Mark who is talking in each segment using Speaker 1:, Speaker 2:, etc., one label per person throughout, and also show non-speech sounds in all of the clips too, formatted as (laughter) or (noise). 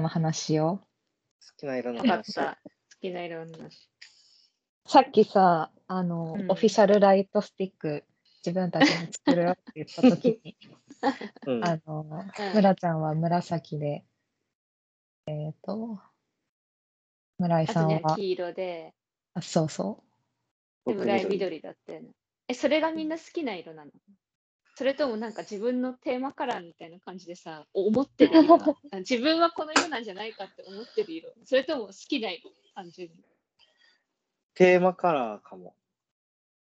Speaker 1: の話を。
Speaker 2: きな色の
Speaker 3: よかっ
Speaker 2: 話。
Speaker 3: た。好きな色の話。
Speaker 1: さっきさ、あの、
Speaker 3: うん
Speaker 1: オフィシャルライトスティック、自分たちに作るよって言った時に、
Speaker 2: うん。
Speaker 1: あの、
Speaker 3: うん
Speaker 1: むらちゃんは紫で、えっ、と、村井
Speaker 3: あ
Speaker 1: さ
Speaker 3: と
Speaker 1: ん
Speaker 3: ね、
Speaker 1: は、
Speaker 3: 黄色で、
Speaker 1: あそうそ
Speaker 3: で
Speaker 2: 僕
Speaker 3: 村井。緑だったよね。え、それがみんな好きな色なのそれともなんか自分のテーマカラーみたいな感じでさ、思ってる
Speaker 1: (laughs)
Speaker 3: 色があ自分はこの色なんじゃないかって思ってる色。それとも好きな色単純に。
Speaker 2: テーマカラーかも。
Speaker 1: う。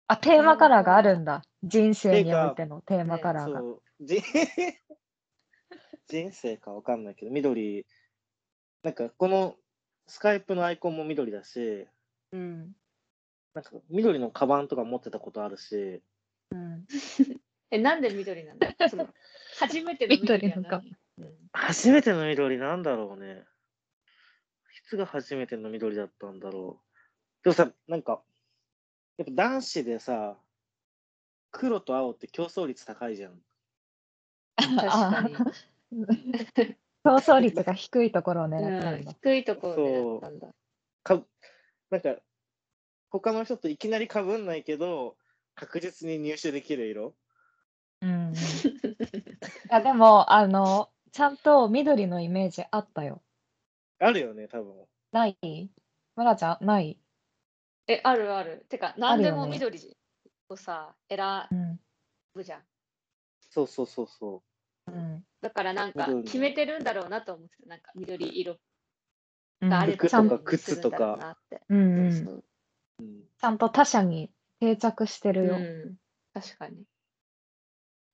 Speaker 1: あ、テーマカラーがあるんだ。人生においてのテーマカラーが。
Speaker 2: そうじ (laughs) 人生かわかんないけど、緑、なんかこのスカイプのアイコンも緑だし、
Speaker 1: うん。
Speaker 2: なんか緑のカバンとか持ってたことあるし、
Speaker 1: うん。
Speaker 3: え、なんで緑なの
Speaker 1: (laughs)
Speaker 3: その初めての緑
Speaker 1: 緑な
Speaker 3: な
Speaker 1: のか
Speaker 3: の
Speaker 2: 初めての緑なんだろうね。いつが初めての緑だったんだろう。でもさ、なんか、やっぱ男子でさ、黒と青って競争率高いじゃん。
Speaker 3: 確かに。
Speaker 1: 競争率が低いところを狙って
Speaker 3: う
Speaker 1: るん
Speaker 3: ん
Speaker 1: だ。
Speaker 3: 低いところを狙ったんだ。
Speaker 2: かなんか、他の人といきなり被んないけど、確実に入手できる色。
Speaker 1: うん。いや、でも、あの、ちゃんと緑のイメージあったよ。
Speaker 2: あるよね、多分。
Speaker 1: ないむらちゃん、ない
Speaker 3: え、あるある。てか、
Speaker 1: あ
Speaker 3: 何
Speaker 1: るよ
Speaker 3: で
Speaker 1: ね
Speaker 3: も緑をさ、選
Speaker 1: うん。
Speaker 3: ぶじゃん。
Speaker 2: そうそうそうそ
Speaker 1: うん。
Speaker 3: だからなんか
Speaker 2: 緑
Speaker 3: 決めてるんだろうなと思ってたなんか緑色
Speaker 1: うん
Speaker 3: があれ
Speaker 2: 服
Speaker 3: ば
Speaker 2: とか
Speaker 3: 緑にするんだろうなって。
Speaker 1: うんうん
Speaker 3: そう
Speaker 1: ち
Speaker 3: そう
Speaker 2: う。うん、
Speaker 1: ゃんと他者に定着してるよ。
Speaker 3: うん確かに。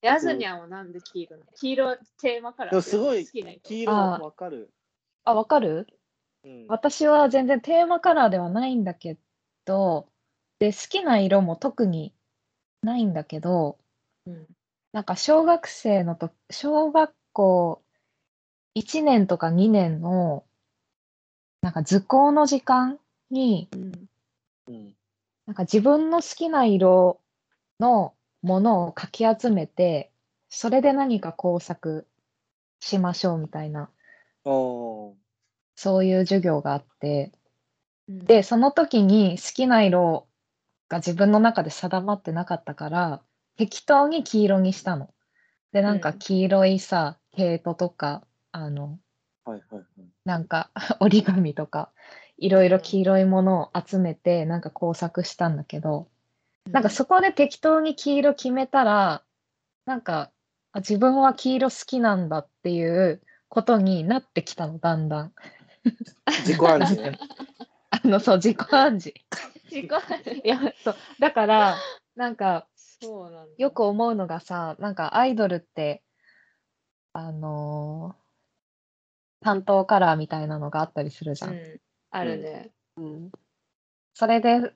Speaker 3: ヤズニャンはなんで黄色なの黄色はテーマカラー
Speaker 2: でもすごい
Speaker 3: 好きな色
Speaker 2: 黄色
Speaker 1: あー
Speaker 2: わかる。
Speaker 1: あ、わかる
Speaker 2: うん、
Speaker 1: 私は全然テーマカラーではないんだけど、で、好きな色も特にないんだけど、
Speaker 3: うん
Speaker 1: なんか小学生のと、小学校1年とか2年の、なんか図工の時間に、
Speaker 2: うん
Speaker 1: なんか自分の好きな色のものをかき集めて、それで何か工作しましょうみたいな、
Speaker 2: おー
Speaker 1: そういう授業があって、
Speaker 3: うん
Speaker 1: で、その時に好きな色が自分の中で定まってなかったから、適当に黄色にしたの。で、なんか
Speaker 3: うん
Speaker 1: 黄色いさ、毛糸とか、あの、
Speaker 2: はいはいはい。
Speaker 1: なんか (laughs) 折り紙とか、いろいろ黄色いものを集めて、なんか工作したんだけど、なんかそこで適当に黄色決めたら、なんか、あ自分は黄色好きなんだっていうことになってきたの、だんだん。
Speaker 2: 自己暗示ね。
Speaker 1: (laughs) あの、そう、自己暗示。
Speaker 3: 違う。
Speaker 1: いや、そう。だから、なんか、
Speaker 3: そうなんだ。
Speaker 1: よく思うのがさ、なんかアイドルって、あのー担当カラーみたいなのがあったりするじゃん。
Speaker 3: うんあるね。
Speaker 1: それで、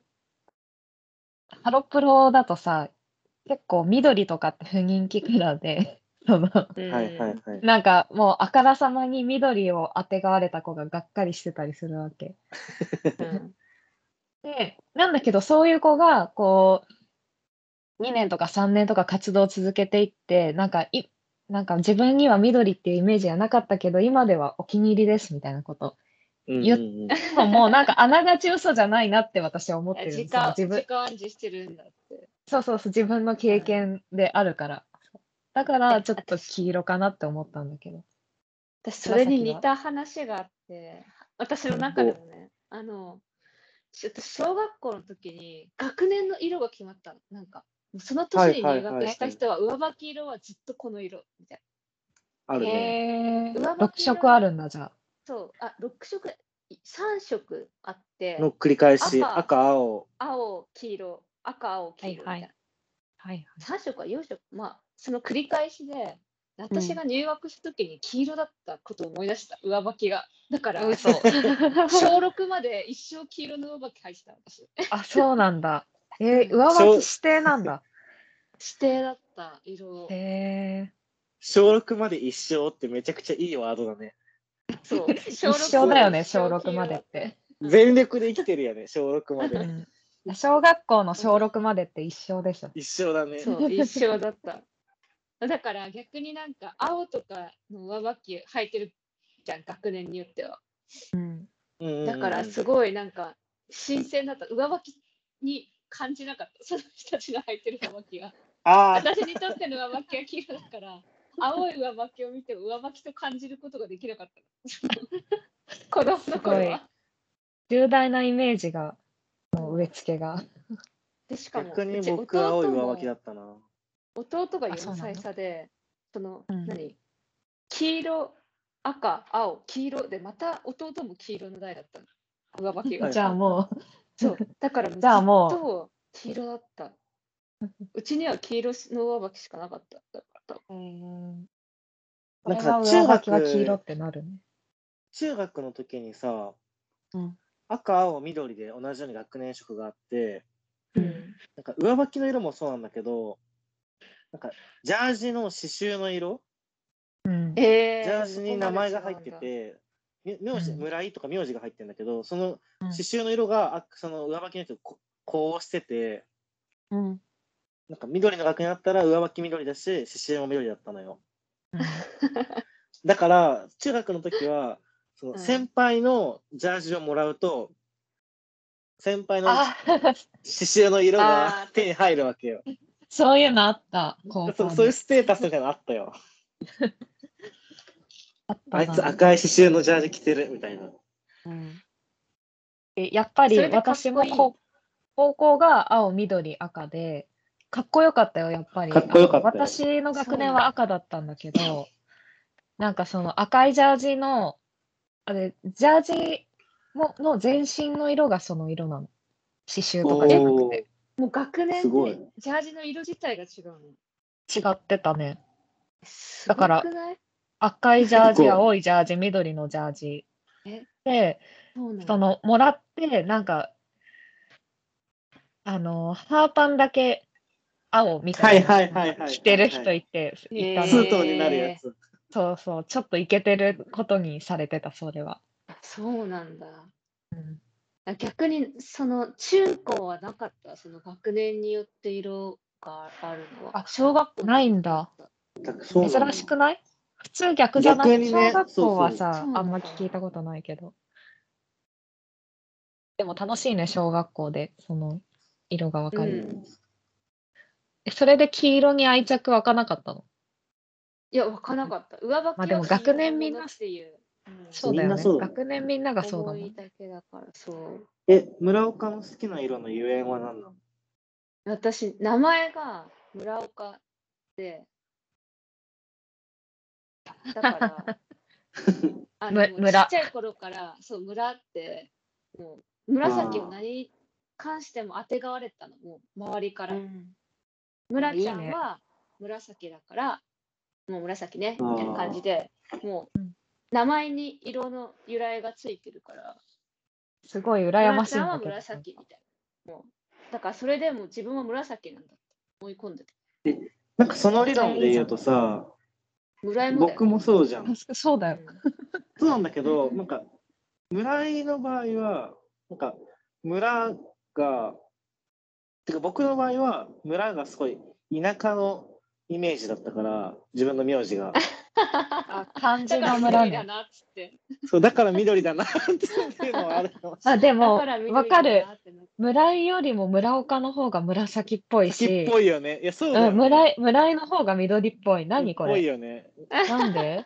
Speaker 1: ハロプロだとさ、結構緑とかって不人気カラーで、 (laughs) その、
Speaker 3: (laughs) うん
Speaker 2: はいはいはい。
Speaker 1: なんかもうあからさまに緑をあてがわれた子ががっかりしてたりするわけ。
Speaker 3: うん
Speaker 1: で、なんだけど、そういう子が、こう、2年とか3年とか活動を続けていって、なんかい、なんか自分には緑っていうイメージはなかったけど、今ではお気に入りですみたいなこと。
Speaker 2: うん
Speaker 1: 言っ
Speaker 2: うんうん
Speaker 1: でももうなんかあながち嘘じゃないなって私は (laughs) 思ってるん
Speaker 3: 時
Speaker 1: ですよ
Speaker 3: 間
Speaker 1: 自分
Speaker 3: 時間暗示してるんだって。
Speaker 1: そうそうそう、自分の経験であるから。だから、ちょっと黄色かなって思ったんだけど。
Speaker 3: 私それに似た話があって私の中でもねあのちょっと小学校の時に学年の色が決まったのなんかその年に入学した人は上履き色はずっとこの色みたい
Speaker 2: あるね。
Speaker 1: へえ。
Speaker 3: 上履きが
Speaker 1: 6色あるんだ、じゃあ。
Speaker 3: なそうあ6色3色あって
Speaker 2: の繰り返し、
Speaker 3: 赤
Speaker 2: 赤、青。
Speaker 3: 青黄色赤青黄色みたいな、
Speaker 1: はいははい
Speaker 3: 3色は4色まあその繰り返しで私が入学した時に黄色だったことを思い出した、上履きがだから
Speaker 1: 嘘
Speaker 3: 小6まで一生黄色の上履き履いてた私
Speaker 1: あ、そうなんだ。えー、上
Speaker 2: そう
Speaker 1: 履き指定なんだ。
Speaker 3: 指定だった色
Speaker 1: へえ。
Speaker 2: 小6まで一生ってめちゃくちゃいいワードだね。
Speaker 3: そ
Speaker 1: (laughs)
Speaker 3: う
Speaker 1: 一生だよね、小
Speaker 3: 六
Speaker 1: 6までって。
Speaker 2: 全力で生きてるよね、小6ま
Speaker 1: う
Speaker 2: で。
Speaker 1: ん小学校の小6までって一生でしょ。
Speaker 2: 一生だね。
Speaker 3: そう一生 (laughs) だっただから逆になんか青とかの上履き履いてるじゃん学年によっては
Speaker 1: うん。
Speaker 3: だからすごいなんか新鮮だった上履きに感じなかったその人たちの履いてる上履きが
Speaker 2: (laughs) あ
Speaker 3: 私にとっての上履きは黄色だから青い上履きを見ても上履きと感じることができなかった
Speaker 1: (laughs)
Speaker 3: の子供の頃は
Speaker 1: 重大なイメージが、の植え付けが。
Speaker 3: でし
Speaker 2: あ
Speaker 3: かも
Speaker 2: 逆に
Speaker 3: うち
Speaker 2: 僕
Speaker 3: 弟
Speaker 2: 青い
Speaker 3: も
Speaker 2: 上履きだったな
Speaker 3: 弟が
Speaker 1: あそうな
Speaker 3: 4
Speaker 1: の
Speaker 3: 歳差で、その、
Speaker 1: うん
Speaker 3: 何黄色、赤、青、黄色で、また弟も黄色の台だったの。上履き
Speaker 2: は
Speaker 3: が。
Speaker 2: い
Speaker 1: (laughs) じゃあも
Speaker 3: そう。だから、ず
Speaker 1: (laughs)
Speaker 3: っ
Speaker 1: じゃあもう
Speaker 3: と黄色だ
Speaker 1: (laughs)
Speaker 3: った。うちには黄色の上履きしかなかった。だから
Speaker 1: う、こ
Speaker 2: なん
Speaker 1: れ
Speaker 2: か
Speaker 1: は
Speaker 2: さ
Speaker 1: 上
Speaker 2: 中
Speaker 1: 履きは黄色
Speaker 2: 学
Speaker 1: ってなるね。
Speaker 2: 中学の時にさ、
Speaker 1: うん
Speaker 2: 赤青緑で同じように学年色があって
Speaker 1: う
Speaker 3: うんん、
Speaker 2: なんか上履きの色もそうなんだけどなんかジャージの刺繍の色
Speaker 1: うん。
Speaker 3: えー、
Speaker 2: ジャージに名前が入って
Speaker 3: そこまで違うんだ。
Speaker 2: て、み名字、
Speaker 1: うん
Speaker 2: 村井とか名字が入ってるんだけど、その
Speaker 1: うん
Speaker 2: 刺繍の色が、あその上履きの人こ、こうしてて、
Speaker 1: うん。
Speaker 2: なんか緑の学年だったら上履き緑だし、刺繍も緑だったのよ。だから、中学の時は、その
Speaker 3: うん
Speaker 2: 先輩のジャージをもらうと、先輩の刺
Speaker 1: あ、
Speaker 2: 繍の色
Speaker 3: あ
Speaker 2: が
Speaker 3: ー
Speaker 2: 手に入るわけよ。
Speaker 1: そういうのあった。高校
Speaker 2: そ
Speaker 1: に
Speaker 2: そういうステータスみたいなのあったよ。
Speaker 1: あったな
Speaker 2: あいつ赤い刺繍のジャージ着てるみたいな。
Speaker 1: うんえやっぱり
Speaker 3: それでかっこい
Speaker 1: 私
Speaker 3: い
Speaker 1: もこ高校が青、緑、赤で、かっこよかったよ、やっぱり。
Speaker 2: かっこよかったよ
Speaker 1: あの私の学年は赤だったんだけど、なんかその赤いジャージの、あれ、ジャージもの全身の色がその色なの。刺繍とかじゃなくて。
Speaker 3: もう学
Speaker 2: す
Speaker 3: 年
Speaker 2: ごい
Speaker 3: で
Speaker 2: ね
Speaker 3: ジャージの色自体が違うの。
Speaker 1: 違ってたね。
Speaker 3: す
Speaker 1: だから
Speaker 3: ごくない
Speaker 1: 赤いジャー
Speaker 2: すご
Speaker 1: ジ、
Speaker 2: い
Speaker 1: 青いジャージ、緑のジャージ
Speaker 3: え。
Speaker 1: で、
Speaker 3: そうな
Speaker 1: そ
Speaker 3: の。
Speaker 1: のもらってなんかあのハーパンだけ青みたいな
Speaker 2: はいはいはいはい
Speaker 1: 着てる人いて、いた
Speaker 3: へ
Speaker 2: ス
Speaker 1: の
Speaker 2: ートになるやつ。
Speaker 1: そうそうちょっとイケてることにされてたそれは、
Speaker 3: そうなんだ。
Speaker 1: うん
Speaker 3: あ逆にその中高はなかったその学年によって色があるのは
Speaker 1: あ
Speaker 3: 小学校の時
Speaker 1: ないんだ
Speaker 2: そうなの
Speaker 1: 珍しくない普通逆じゃない、
Speaker 2: 逆にね
Speaker 1: 小学校はさ
Speaker 3: そうそう
Speaker 1: あんまり聞いたことないけどでも楽しいね小学校でその色がわかる、
Speaker 3: うん
Speaker 1: えそれで黄色に愛着湧かなかったの
Speaker 3: いやわからなかった上履きは
Speaker 1: まあでも学年みんな
Speaker 3: 黄色のものっていう、
Speaker 1: そうだよ
Speaker 2: みん
Speaker 1: ね
Speaker 2: なそうだ
Speaker 1: 学年みんながそうだ
Speaker 3: 思
Speaker 1: もん
Speaker 3: いだけだからそう
Speaker 2: え、村岡の好きな色のゆえんは何なの
Speaker 3: 私名前が村岡でだから
Speaker 1: (laughs)
Speaker 3: あの
Speaker 1: む
Speaker 3: もう
Speaker 1: 村
Speaker 3: ちっちゃい頃からそう村ってもう紫を何に関しても当てがわれてたのもう周りから、村ちゃ
Speaker 1: いい
Speaker 3: ん
Speaker 1: ね
Speaker 3: は紫だからもう紫ね
Speaker 2: あー
Speaker 3: みたいな感じでもう
Speaker 1: うん
Speaker 3: 名前に色の由来がついてるから
Speaker 1: すごい羨ま
Speaker 3: 村
Speaker 1: し
Speaker 3: ち
Speaker 1: いん
Speaker 3: ゃんは
Speaker 1: だけど。
Speaker 3: 紫みたいなもうだからそれでもう自分は紫なんだって思い込んでて
Speaker 2: なんかその理論で言うとさ、
Speaker 3: 村井もだよ (laughs)
Speaker 2: 僕もそうじゃん。
Speaker 1: そうだよ。
Speaker 3: う
Speaker 2: そうなんだけど、なんか村井の場合は、なんか村が、てか僕の場合は村がすごい田舎のイメージだったから、自分の名字が。
Speaker 1: あ、漢
Speaker 3: ん
Speaker 1: 字
Speaker 3: だから
Speaker 1: の村
Speaker 3: 緑だ
Speaker 1: ね。
Speaker 3: なっつって
Speaker 2: そうだから緑だなっていうのはあるの。
Speaker 1: あ、で
Speaker 3: だ
Speaker 1: も、
Speaker 3: から緑
Speaker 1: わ
Speaker 3: だ
Speaker 1: か
Speaker 3: な
Speaker 1: る。
Speaker 3: ってなって
Speaker 1: 村井よりも村岡の方が紫っぽい
Speaker 2: 先
Speaker 1: し
Speaker 2: っ、ぽいよね。いや、そうだよ、
Speaker 1: う
Speaker 2: ね。
Speaker 1: ん、村井村井の方が緑っぽい。何こ
Speaker 2: ぽい
Speaker 1: れ
Speaker 2: よね。
Speaker 1: なんで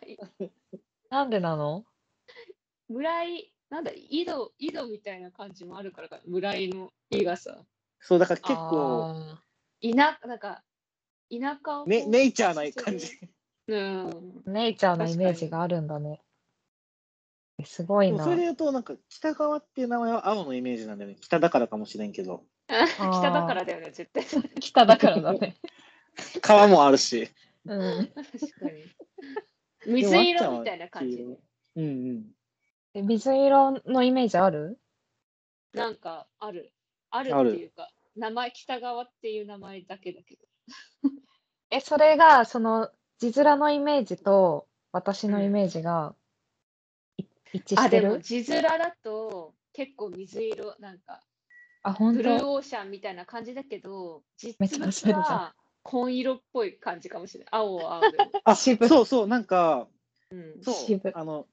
Speaker 2: (laughs)
Speaker 1: なんでなの
Speaker 3: 村井なんだ井戸井戸みたいな感じもあるからか村井の井がさ
Speaker 2: そう、だから結構、
Speaker 1: あ
Speaker 3: 田なんか田舎を
Speaker 2: ね、ネイチャーない感じ。
Speaker 3: (laughs) うん
Speaker 1: ーネイチャーのイメージがあるんだね。えすごい
Speaker 2: でも
Speaker 1: な。
Speaker 2: それで言うと、なんか北川っていう名前は青のイメージなんだよね。北だからかもしれんけど。
Speaker 1: ー
Speaker 3: 北だからだよね絶対確
Speaker 1: 北だからだね。
Speaker 2: 川もあるし。
Speaker 1: うん、
Speaker 3: か
Speaker 1: (laughs)
Speaker 3: に水色みたいな感じ
Speaker 2: うんうん。
Speaker 1: え水色のイメージある
Speaker 3: なんかあるある
Speaker 2: ある
Speaker 3: っていうか名前北川っていう名前だけだけど
Speaker 1: え、それが、その、字面のイメージと、私のイメージが、い一致
Speaker 3: あ
Speaker 1: して
Speaker 3: でも
Speaker 1: る
Speaker 3: 字面だと結構水色なんか
Speaker 1: あ、本
Speaker 3: ブルー
Speaker 1: 当
Speaker 3: オーシャンみたいな感じだけど
Speaker 1: めっち
Speaker 3: 実
Speaker 1: ゃおしゃれ
Speaker 3: 物
Speaker 1: じゃん
Speaker 3: は紺色っ
Speaker 1: (laughs)
Speaker 3: ぽい感じかもしれない青は青でも
Speaker 2: あ、
Speaker 1: 渋
Speaker 2: そうそう、なんか、
Speaker 3: うん
Speaker 2: そう
Speaker 1: 渋、
Speaker 2: あの、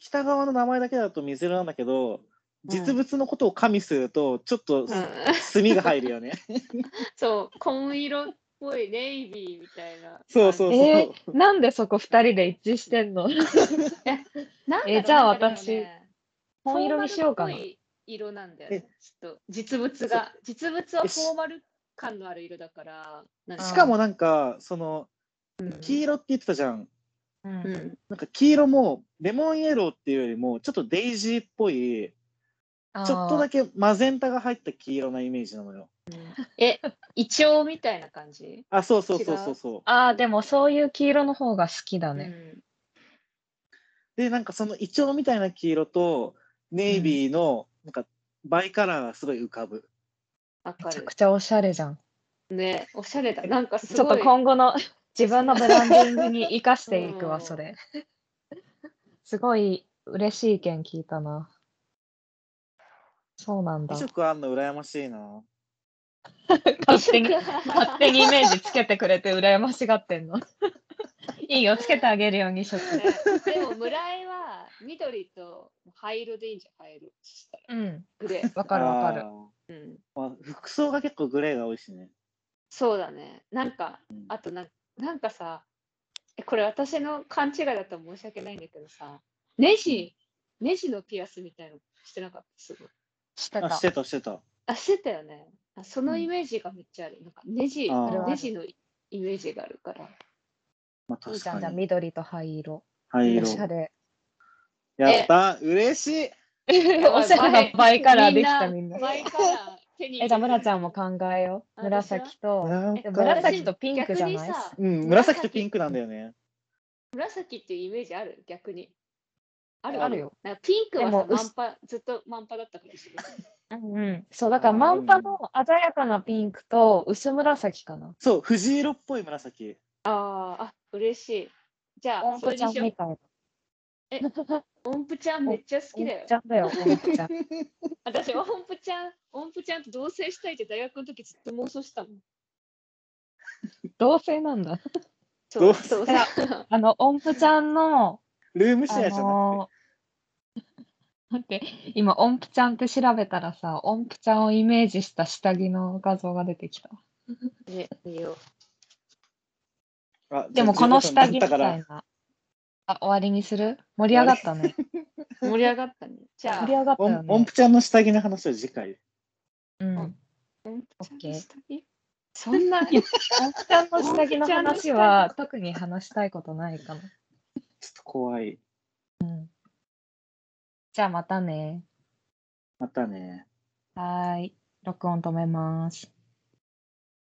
Speaker 2: 北側の名前だけだと水色なんだけど、
Speaker 3: ん
Speaker 2: 実物のことを加味すると、ちょっと
Speaker 3: うん
Speaker 2: 墨が入るよね。
Speaker 3: そう、紺色っぽいネイビーみたいな。
Speaker 2: そうそうそう。
Speaker 1: えー、なんでそこ二人で一致してんの
Speaker 3: なんだろう
Speaker 1: えじゃあ
Speaker 3: なんかでもね
Speaker 1: 紺色にしようかな
Speaker 3: フォーマルっぽい色なんだよね。ちょっと実物が、実物はフォーマル感のある色だから。なん
Speaker 2: しかもなんか、その、黄色って言ってたじゃん。
Speaker 1: う、
Speaker 3: うんん、
Speaker 2: なんか黄色もレモンイエローっていうよりも、ちょっとデイジーっぽい、ちょっとだ
Speaker 1: け
Speaker 2: けマゼンタが入った黄色なイメージなのよ。
Speaker 3: え、イチョウみたいな感じ。
Speaker 2: あ、そうそうそうそうそう。
Speaker 1: あーでもそういう黄色の方が好きだね、
Speaker 3: うん
Speaker 2: で、なんかそのイチョウみたいな黄色と、ネイビーの、なんか、バイカラーがすごい浮かぶ。
Speaker 3: わか
Speaker 1: めちゃ
Speaker 3: る
Speaker 1: く。ちゃおしゃれじゃん
Speaker 3: ね、おしゃれだ。なんかす
Speaker 1: ちょっ
Speaker 3: ご
Speaker 1: と
Speaker 3: い。
Speaker 1: 今後 (laughs) の自分のブランディングに生かしていく
Speaker 3: う
Speaker 1: わ
Speaker 3: ん
Speaker 1: それすごい嬉しい意見聞いたなそうなんだ
Speaker 2: 2色あんの羨ましいな。
Speaker 1: 勝手に勝手にイメージつけてくれて羨ましがってんの (laughs) いいよつけてあげるよ2色
Speaker 3: ねでも村井は緑と灰色でいいんじゃん灰色そしたら
Speaker 1: うん
Speaker 3: グレー
Speaker 1: わかるわかる
Speaker 2: あー。まあ、服装が結構グレーが多いしね。
Speaker 3: そうだねなんかあとなんなんかさえこれ私の勘違いだと申し訳ないんだけどさネジネジのピアスみたいのしてなかったすごい
Speaker 1: して
Speaker 2: あ、
Speaker 1: た
Speaker 2: してた、してた。
Speaker 3: あしてたよねあその
Speaker 1: うん
Speaker 3: イメージがめっちゃある、なんかネジ
Speaker 2: あーあるある
Speaker 3: ネジのイメージがあるから
Speaker 2: まあ、
Speaker 1: いい
Speaker 2: 確
Speaker 1: じゃんじゃ
Speaker 2: か
Speaker 1: あ
Speaker 2: に。
Speaker 1: 緑と灰色
Speaker 2: 灰
Speaker 1: お
Speaker 2: 色
Speaker 1: し。ゃれ
Speaker 2: やった、嬉しい。
Speaker 1: (laughs) (laughs) おしゃれなバイカラーできたみんな
Speaker 3: バイカラー手に入れ
Speaker 1: えじゃあ村ちゃんも考えよう
Speaker 3: あ
Speaker 1: 紫と
Speaker 2: なん
Speaker 1: で
Speaker 2: か
Speaker 1: も紫とピンクじゃ
Speaker 3: 逆
Speaker 1: ない
Speaker 3: にさ
Speaker 2: うん、紫とピンクなんだよね。
Speaker 3: 紫っていうイメージある逆に。あ
Speaker 1: あるよ。
Speaker 3: なんかピンクは
Speaker 1: で
Speaker 3: さ
Speaker 1: も
Speaker 3: 満パずっと満パだったかもしれない。
Speaker 1: うんうん、そうだからマンパの鮮やかなピンクと薄紫かな。
Speaker 2: そう、藤色っぽい紫。
Speaker 3: あーあ、嬉しい。じゃ
Speaker 1: オ
Speaker 3: あ、
Speaker 1: ン
Speaker 3: そ
Speaker 1: プ
Speaker 3: れ
Speaker 1: ちゃ
Speaker 3: に
Speaker 1: ん
Speaker 3: しよう
Speaker 1: み。たいな。
Speaker 3: 音符ちゃんめっちゃ好
Speaker 1: オ
Speaker 3: きだ
Speaker 1: ン
Speaker 3: よ
Speaker 1: プち。ゃんだよ、オンプちゃん。
Speaker 3: 私、音符ちゃん、音符ちゃんと同棲したいって大学の時ずっと妄想したもん。
Speaker 1: 同性なんだ。
Speaker 3: そう、
Speaker 2: 同棲
Speaker 3: そうさ。
Speaker 1: あの、オンプちゃんの、
Speaker 2: ルームシ
Speaker 1: あ
Speaker 2: ェアじゃな
Speaker 1: のー、待って、今、オンプちゃんって調べたらさ、オンプちゃんをイメージした下着の画像が出てきた。
Speaker 3: ね、見よ
Speaker 2: くて。あ
Speaker 1: でも、この下着みた
Speaker 2: だか
Speaker 1: い
Speaker 2: ら、
Speaker 1: な。あ、終わりにする盛り上がったね。
Speaker 3: う。盛り上がったね。じゃ
Speaker 1: 盛
Speaker 3: あ
Speaker 1: り、上がった
Speaker 2: お
Speaker 1: よ
Speaker 2: ん音
Speaker 1: ね。
Speaker 2: 符ちゃんの下着の話を次回。
Speaker 1: うん。
Speaker 3: 音符ちゃんでしたね
Speaker 1: そんな、オンプちゃんの下着の話は、特に話したいことないかも。
Speaker 2: ちょっと怖い。
Speaker 1: じゃあ、またね。
Speaker 2: またね。
Speaker 1: はーい。録音止めます。